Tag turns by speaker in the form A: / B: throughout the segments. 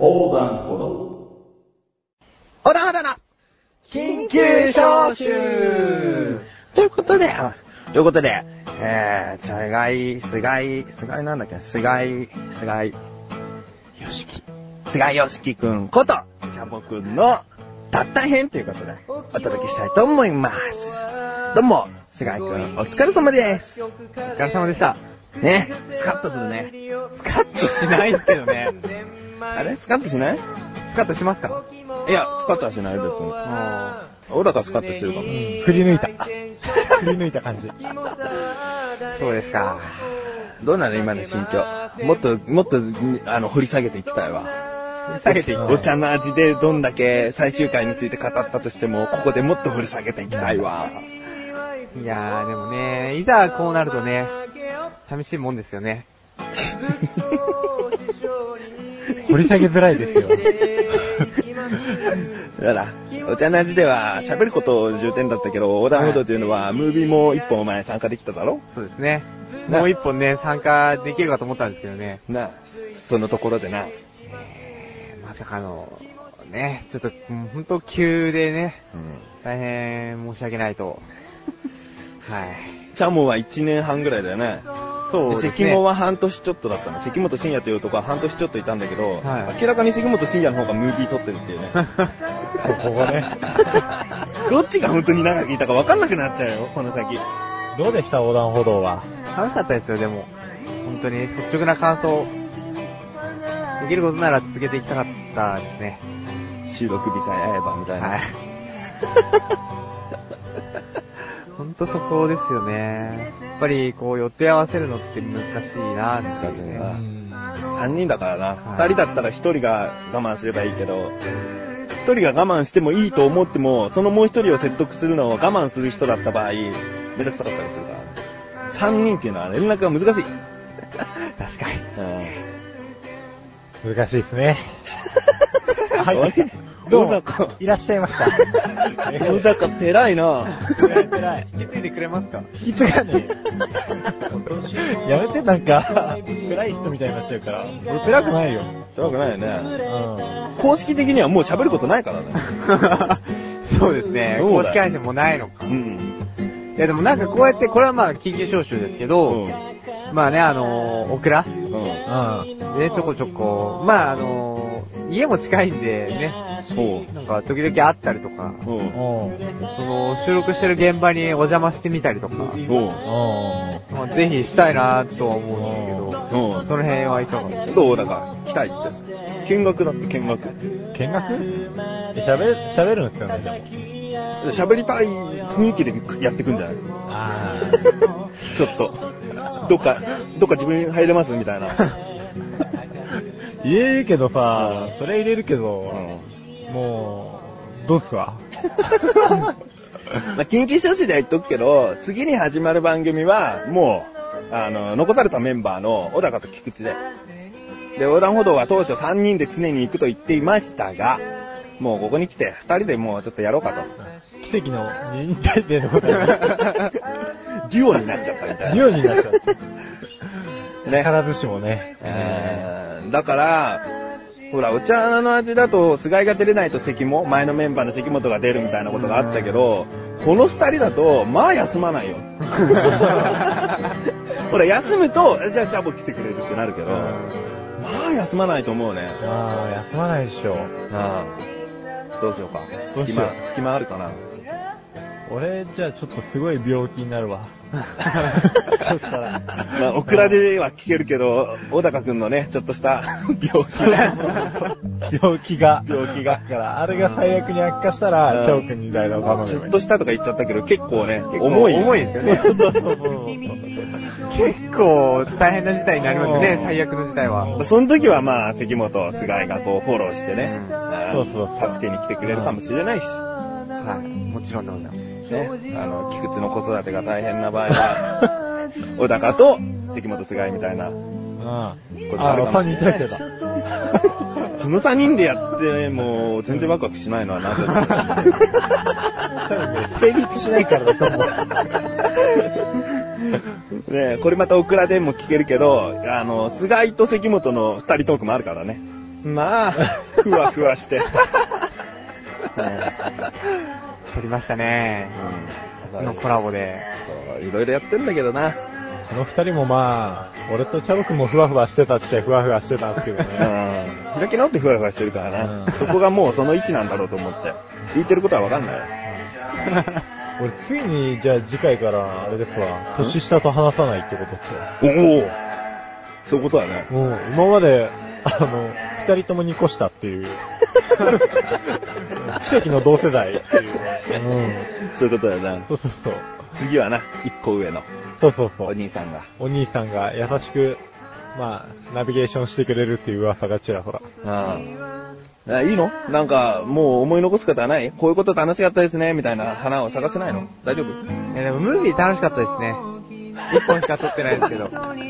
A: 横断歩道。
B: ほらほらら緊急招集ということで、あということで、えー、菅井、菅井、菅井なんだっけ菅井、菅井、よしき。菅井よしきくんこと、ジャボくんの、たった編ということで、お届けしたいと思います。どうも、菅井くん、お疲れ様です。
C: お疲れ様でした。
B: ね、スカッとするね。
C: スカッとしないですけどね。
B: あれスカッとしない
C: スカッとしますか
B: いや、スカッとはしない、別に。
C: あ
B: 小高スカッとしてるかも。
C: ー振り抜いた。 振り抜いた感じ。そうですか。
B: どうなの今の心境。もっと、もっと、あの、掘り下げていきたいわ。
C: 下げていこう
B: お茶の味でどんだけ最終回について語ったとしても、ここでもっと掘り下げていきたいわ。
C: いやー、でもね、いざこうなるとね、寂しいもんですよね。
D: 掘り下げづらいですよ。
B: だから、お茶の味では喋ることを重点だったけど、横断歩道というのは、ムービーも一本お前参加できただろ
C: そうですね。
B: ね
C: もう一本ね、参加できるかと思ったんですけどね。
B: なあ、そのところでな。
C: えーまさかの、ね、ちょっと、うんほんと急でね、
B: うん。
C: 大変申し訳ないと。はい。
B: チャモは1年半ぐらいだよね。
C: そうです
B: 関
C: ね。
B: 門は半年ちょっとだったの。関本深也という男は半年ちょっといたんだけど、
C: はい
B: 明らかに関本深也の方がムービー撮ってるっていうね。
D: ここがね。
B: どっちが本当に長くいたか分かんなくなっちゃうよ、この先。
D: どうでした横断歩道は。
C: 楽しかったですよ、でも。本当に率直な感想。できることなら続けていきたかったですね。
B: 収録日さえ合えばみたいな。
C: はい。本当そこですよね。やっぱりこう予定合わせるのって難しいな難
B: 難しいな
D: うん。
B: 3人だからな。
C: はい
B: 2人だったら1人が我慢すればいいけど、1人が我慢してもいいと思っても、そのもう1人を説得するのを我慢する人だった場合、めんどくさかったりするから。3人っていうのは連絡が難しい。
C: 確かに。
B: う
D: 難しいですね。は
B: あれ
D: い。どう
B: 小
D: も
B: 高、
D: いらっしゃいました。
B: ん。小高、偉いな。
D: 偉い偉い。
C: 引き継いでくれますか
D: 引き継がねえ。やめて、なんか、暗い人みたいになっちゃうから。俺暗くないよ。
B: 偉くないよね。
D: う
B: 公式的にはもう喋ることないからね。
C: そうですね。
B: そうだよ
C: 公式配信もないのか。
B: うん。
C: いやでもなんかこうやって、これはまあ緊急招集ですけど、まあね、あのー、オクラ
B: うん。うん。
D: ん。
C: ね、ちょこちょこ、まああのー、家も近いんでね、
B: そう。
C: なんか時々会ったりとか、
B: うん。うん。
D: うん。うん。
C: その収録してる現場にお邪魔してみたりとか、まあ、ぜひしたいなとは思うんですけ
B: う
C: ど、
B: ん。
C: その辺はいかがです
B: どうだか、来たいって。見学だって見学。
D: 見学え喋、喋るんですよね、でも。
B: 喋りたい雰囲気でやってくんじゃない
D: あ
B: ちょっと。どっか、どっか自分入れますみたいな。
D: ー入れるけどさ、それ入れるけ
B: う
D: ど、
B: ん。
D: もう、どうすか
B: まあ、緊急招集では言っとくけど、次に始まる番組は、もう、あの、残されたメンバーの小高と菊池で。で、横断歩道は当初3人で常に行くと言っていましたが、もうここに来て2人でもうちょっとやろうかと。
D: 奇跡の二人体制のことだね
B: デュオになっちゃったみたい
D: デュオになっちゃった。
B: な。ね。
D: 必ずしもね。
B: えーだから、ほら、お茶の味だと、菅井が出れないと関も、前のメンバーの関本が出るみたいなことがあったけど、この二人だと、まあ休ま ないよ。ほら、休むと、えじゃあ、チャボ来てくれるってなるけど、まあ休まないと思うね。
D: ああ、休まないでしょ。
B: ああどうしようか。
D: どう
B: 隙
D: しよう
B: 間、隙間あるかな。
D: 俺、じゃあちょっとすごい病気になるわ。そしたら。
B: まあ、オクラでは聞けるけど、小高くんのね、ちょっとした 病気が、
D: 病気が。
B: 病気が
D: だから、あれが最悪に悪化したら、チョークに代打を頼
B: ち
D: めば
B: ょ
D: い
B: っ
D: い。
B: としたとか言っちゃったけど、結構ね、
C: 結構
B: 重い。
C: 重いですよね。
D: そうそうそう
C: 結構大変な事態になりますよ
D: う
C: ね、
D: ん
C: 最悪の事態は。
B: その時はまあ、関本、菅井がこう、フォローしてね、あ
D: そう
B: ー
D: そうそう
B: 助けに来てくれるかもしれないし、
C: はい、もちろんでございます。
B: ね、あの、菊池の子育てが大変な場合は、小高と関本、菅井みたいな、
D: うん。あ
B: これある
D: の、
B: かも
D: 三
B: し
D: 人
B: れない
D: 体制だ。
B: その3人でやって、もう、全然ワクワクしないのはなぜだろう
D: 成立しないからだと思う。
B: ねこれまたオクラでも聞けるけど、あの、菅井と関本の2人トークもあるからね。まあ、ふわふわして。
C: 撮りましたね。のコラボで。
B: そう、いろいろやってんだけどな。
D: この二人もまあ、俺とチャボくんもふわふわしてたっちゃふわふわしてたんですけど
B: う
D: ね。
B: ん。開き直ってふわふわしてるから
D: う
B: ね。
D: ん
B: そこがもうその位置なんだろうと思って。言ってることはわかんない。
D: 俺ついに、じゃあ次回から、あれですわ、年下と話さないってことですよ。
B: おおそういうことだね。
D: もう、今まで、あの、二人とも2個下っ ていう。奇跡の同世代っていう。うん。
B: そういうことだな。
D: そうそうそう。
B: 次はな、一個上の
D: そうそうそ
B: お
D: う。
B: 兄さんが。
D: お兄さんが優しく、まあ、ナビゲーションしてくれるっていう噂がちらほら。
B: うん。あいいのなんか、もう思い残すことはないこういうこと楽しかったですね、みたいな花を探せないの大丈夫ム
C: いやでもムービー楽しかった ですね。一本しか撮ってないですけ ど。
B: ービ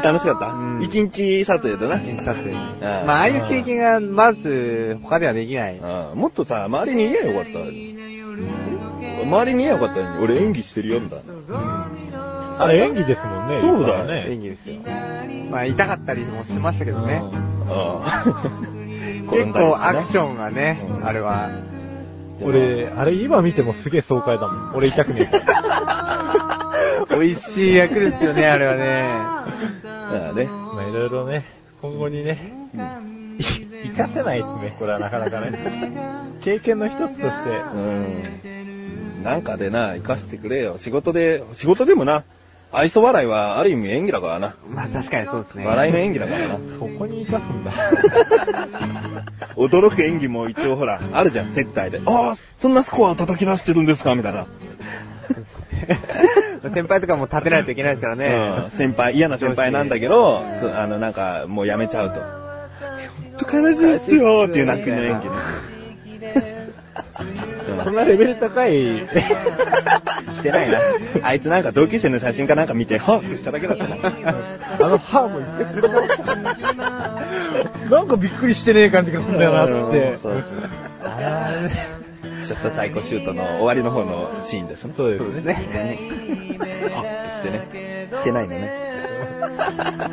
B: ー楽しかった
C: うん
B: 一日撮影だな。
C: 印刷で。
B: うん
C: まあ、ああいう経験が、まず、他ではできない。
B: うんもっとさ、周りに言えばよかった。周りに言えばよかったのに、俺演技してるよ、みたいな。
D: あれ演技ですもんね。
B: そうだよ
C: 演技ですよ。まあ、痛かったりもしましたけどね。
B: うん。
C: 結構アクシ
B: ョン。
C: ョンがね
B: う、ん
C: あれは。
D: 俺、あれ今見てもすげえ爽快だもん。俺痛くね
C: 美味しい役ですよね、あれはね。
B: ああね。
D: え。まあいろいろね、今後にね、活かせないですね、これはなかなかね。経験の一つとして。
B: うん。なんかでな、生かしてくれよ。仕事で、仕事でもな、愛想笑いはある意味演技だからな。
C: まあ、確かにそうですね。
B: 笑いの演技だからな。
D: そこに生かす んだ。
B: 驚く演技も一応ほら、あるじゃん、接待で。ああ、そんなスコア叩き出してるんですかみたいな。
C: 先輩とかも立てないといけないですからね。
B: うん、先輩、嫌な先輩なんだけど、そうあの、なんか、もうやめちゃうと。ほんと悲しいっすよーっていう泣きの演技
D: そんなレベル高い、
B: ね。してない な。あいつなんか同級生の写真かなんか見て、ほっとしただけだったな。
D: あの歯も一回すり直した。なんかびっくりしてねえ感じがするんだよなって。
B: そうですね。
D: あー
B: ちょっと最高シュートの終わりの方のシーンですね。
D: そうで
C: そう
D: す
C: です
D: ね。
C: ね。
B: ほっとしてね。してないのね。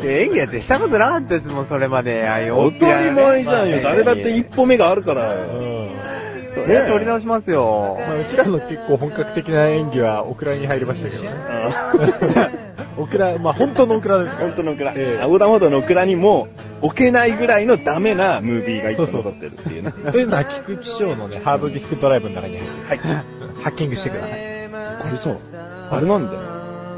C: で演技やってしたことなかったですもん、それまで。ああいう
B: 当たり前じゃんよ。
C: まあ
B: 誰だって一歩目があるから
D: う
B: よ。
D: ん。
C: それは取り直しますよ。
D: まあ、うちらの結構本格的な演技はオクラに入りましたけどね。オクラ、まあ本当のオクラですから。
B: 本当のオクラ、
D: ええ
B: 横断歩道のオクラにも置けないぐらいのダメなムービーが一個残ってるっていうね。
D: というのは、菊池翔のね、ハードディスクドライブの中に入ってる
B: はい。
D: ハッキングしてください。
B: これさ、 あれなんだよ。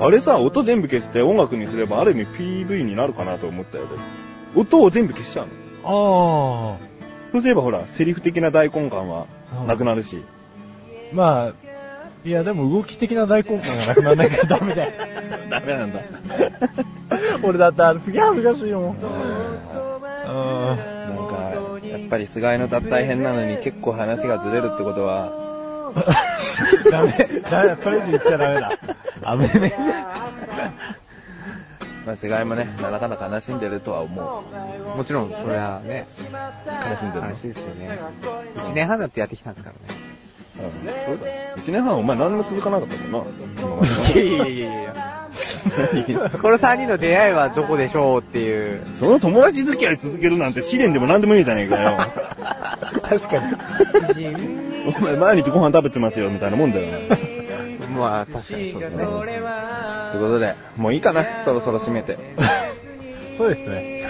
B: あれさ、音全部消して音楽にすればある意味 PV になるかなと思ったよ。俺音を全部消しちゃうの。
D: あ
B: そうすればほら、セリフ的な大根感はなくなるし。
D: あ。まあ、いやでも動き的な大根感がなくならないからダメだよ。
B: ダメなんだ。
D: 俺だってあれすげえ恥ずかしいもん。
B: な
D: うん。
B: んか、やっぱり菅井のた大変なのに結構話がずれるってことは、
D: ダメ、ダメだ、それ以上言っちゃダメだ。ダメね。
B: まあ菅井もね、なかなか悲しんでるとは思う。
C: もちろん、それはね、
B: 悲しんでるの
C: 悲しいですよね。一年半だってやってきたんですからね。
B: うん、そうだよ。一年半お前何も続かなかったもん な。
C: いやいやいやいや。この3人の出会いはどこでしょうっていう。
B: その友達付き合い続けるなんて試練でも何でもいいじゃねえかよ。
D: 確かに。
B: お前毎日ご飯食べてますよみたいなもんだよ。 という
C: まあ、確かにそうですね。
B: ことで、もういいかな、そろそろ締めて。
D: そうですね。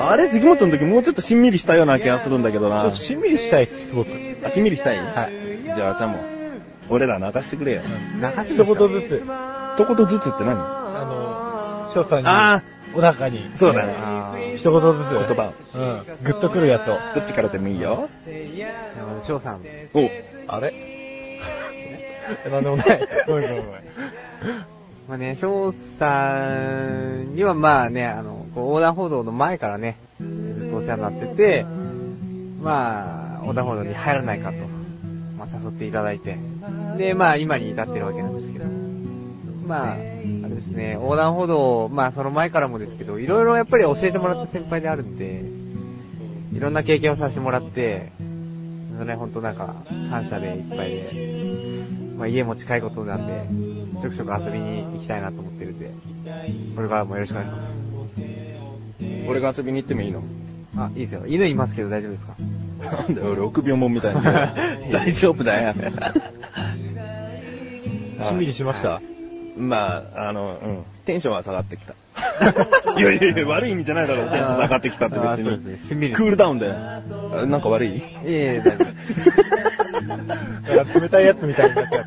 B: あれ、杉本の時もうちょっとしんみりしたような気がするんだけど
D: ちょっ
B: な
D: と。しんみりしたいです、すごく。うん
B: あ、しんみりしたい。
D: はい
B: じゃあ、あちゃんも、俺ら泣かしてくれよ。
C: 中
D: 一
C: ず
D: 言ずつ、
B: 一言ずつって何
D: あの、翔さんに、
B: あ
D: お腹に、
B: そうだね
D: 一言ずつ。言
B: 葉
D: うん。グッとくるやつを。
B: どっちからでもいいよ。
C: 翔さん、
B: お、
D: あれなんでもない。ごめんごめんごめん。
C: まあね、翔さんにはまあね、あの、こう横断歩道の前からね、ずっとお世話になってて、まあ、横断歩道に入らないかと、まあ誘っていただいて、で、まあ今に至ってるわけなんですけど、まあ、あれですね、横断歩道、まあその前からもですけど、いろいろやっぱり教えてもらった先輩であるんで、いろんな経験をさせてもらって、それほんとなんか感謝でいっぱいで、まあ、家も近いことなんで、ちょくちょく遊びに行きたいなと思ってるんで、これからもよろしくお願いします。
B: 俺が遊びに行ってもいいの
C: あ、いいですよ。犬いますけど大丈夫ですか
B: なんだよ、俺、臆病もんみたいな。 大丈夫だよ。
D: しんみりしました。
B: まあ、あの、うん。テンションは下がって きた。いやいやいや、悪い意味じゃないだろう、テンション下がってきたって
C: あ
B: 別
C: ーそうですねしんみ
B: に。
C: り
B: クールダウンだよ。あなんか悪い
C: いえいえ、大丈夫です。
D: 冷たいやつみたいになっちゃ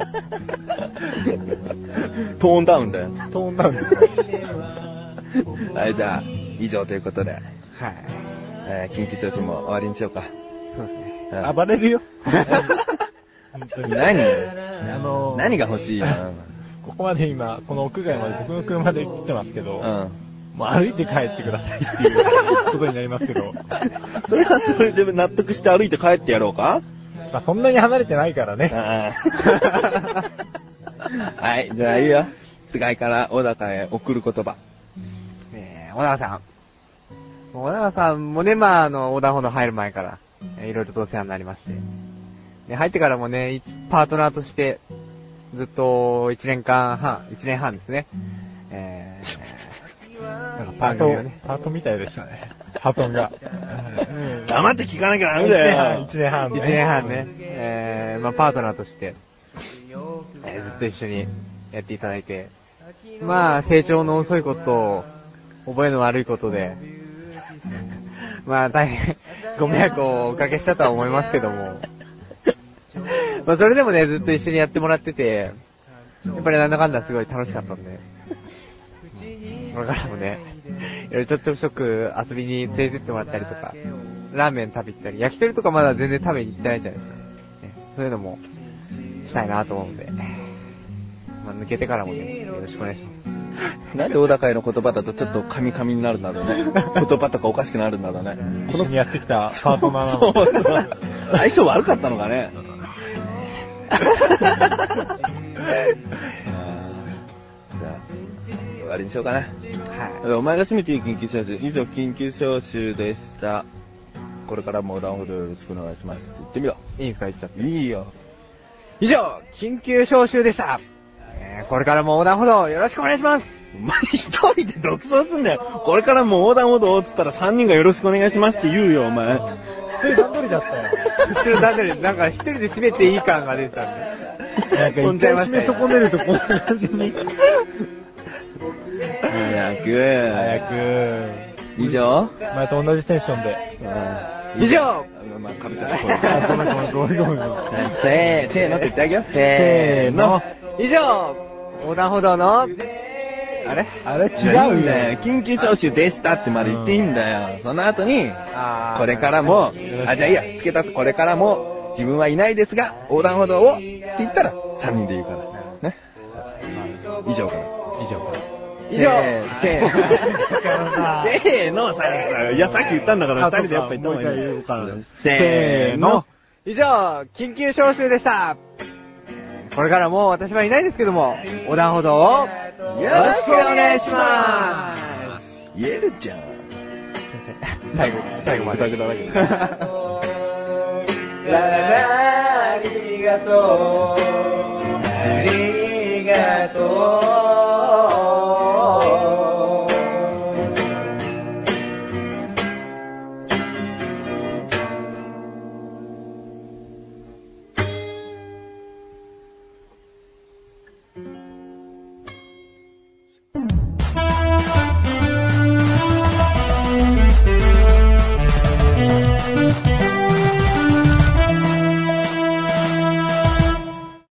B: トーンダウンだよ。
D: う。トーンダウンです
B: はい、じゃあ、以上ということで、
C: はい。
B: えー、緊急承信も終わりにしようか。
C: そうですね。
B: うん
D: 暴れるよ。本当 に。
B: 何
D: あの、
B: 何が欲しいの
D: ここまで今、この屋外まで僕の車で来てますけど、
B: うん。
D: もう歩いて帰ってくださいっていうことになりますけど、
B: それはそれで納得して歩いて帰ってやろうか
D: まあそんなに離れてないからね。
B: あーはい、じゃあいいよ。菅井から小高へ送る言葉。
C: ねえ、小高さん。小高さんもね、まあ、あの、横断歩道入る前から、えいろいろとお世話になりまして。ね、入ってからもね、一パートナーとして、ずっと、一年間半、一年半ですね。えー、なんかパ
D: パ
C: ー
D: ー
C: トを
D: ト
C: ね、、
D: パートみたいでした ね。ハトンが。
B: 黙って聞かなきゃダメ
D: 一 年
B: だ
D: 半、
B: よ
D: 一。年半、
C: 一年半ね、えー、まあ、パートナーとして、えーずっと一緒にやっていただいて、まあ、成長の遅いことを、覚えの悪いことで、 まあ、大変、ご迷惑をおかけしたとは思いますけども、まあ、それでもね、ずっと一緒にやってもらってて、やっぱりなんだかんだすごい楽しかったんで、これからもね、いろいろちょっとショック遊びに連れてってもらったりとか、ラーメン食べ行ったり、焼き鳥とかまだ全然食べに行ってないじゃないですか。ねそういうのも、したいなと思うんで、まあ、抜けてからもね、よろしくお願いします。
B: なんで小高への言葉だとちょっとカミカミになるんだろうね。言葉とかおかしくなるんだろうね。
D: 一緒にやってきたパートナーな
B: そ
D: の
B: うそう。相性悪かったのかね。あーじゃあ、終わりにしようかな。
C: は
B: お前が占めている緊急招集、以上緊急招集でした。これからもダウンフルよろしくお願いします。言ってみろ。
C: い。いいんですか言っちゃって。
B: いいよ。
C: 以上、緊急招集でした。えーこれからも横断歩道よろしくお願いします。
B: お前一人で独走すんだよ。これからも横断歩道をつったら3人がよろしくお願いしますって言うよ、お前。
D: そういう段取りだったよ。
C: 一人だけで、なんか一人で締めていい感が出てたんで。
D: なんか
C: 飛ん
D: 一
C: じゃい
D: 回
C: ました
D: 締め
C: よ
D: 損ねるとこんな感じに。
B: 早く。
D: 早く、
B: 以上
D: 前と同じテンションで。
C: 以上
B: まあ、かぶっちゃったこ
D: あ、ご
B: れ。
D: めんごめんごめんごめん。
B: せー、せーのって言ってあげよう。
D: せーの。
C: 以上、横断歩道の、あれ
D: あれ
B: 違
D: 違
B: う
D: うん
B: だ
D: ね。
B: よ。緊急招集でしたってまで言っていいんだよ。その後に、
C: あー
B: これからも、あ、じゃあいいや、付け足すこれからも、自分はいないですが、横断歩道をって言ったら、3人で言うから。ね。以上から。
D: 以上。
B: 以上せ
D: は
B: ー
D: い
B: せーの、さいや、さっき言ったんだから、二人でやっぱ言った方がいい
D: もう一回言おうかな
B: せーの。
C: 以上、緊急招集でした。これからもう私はいないですけども、横断歩道
B: よ。
C: を、ろしくお願いします
B: 言えるじゃん。
C: 最後、最後ま
B: グ
C: で
B: ダ。グダだけど。
C: ラララありがとうありがとう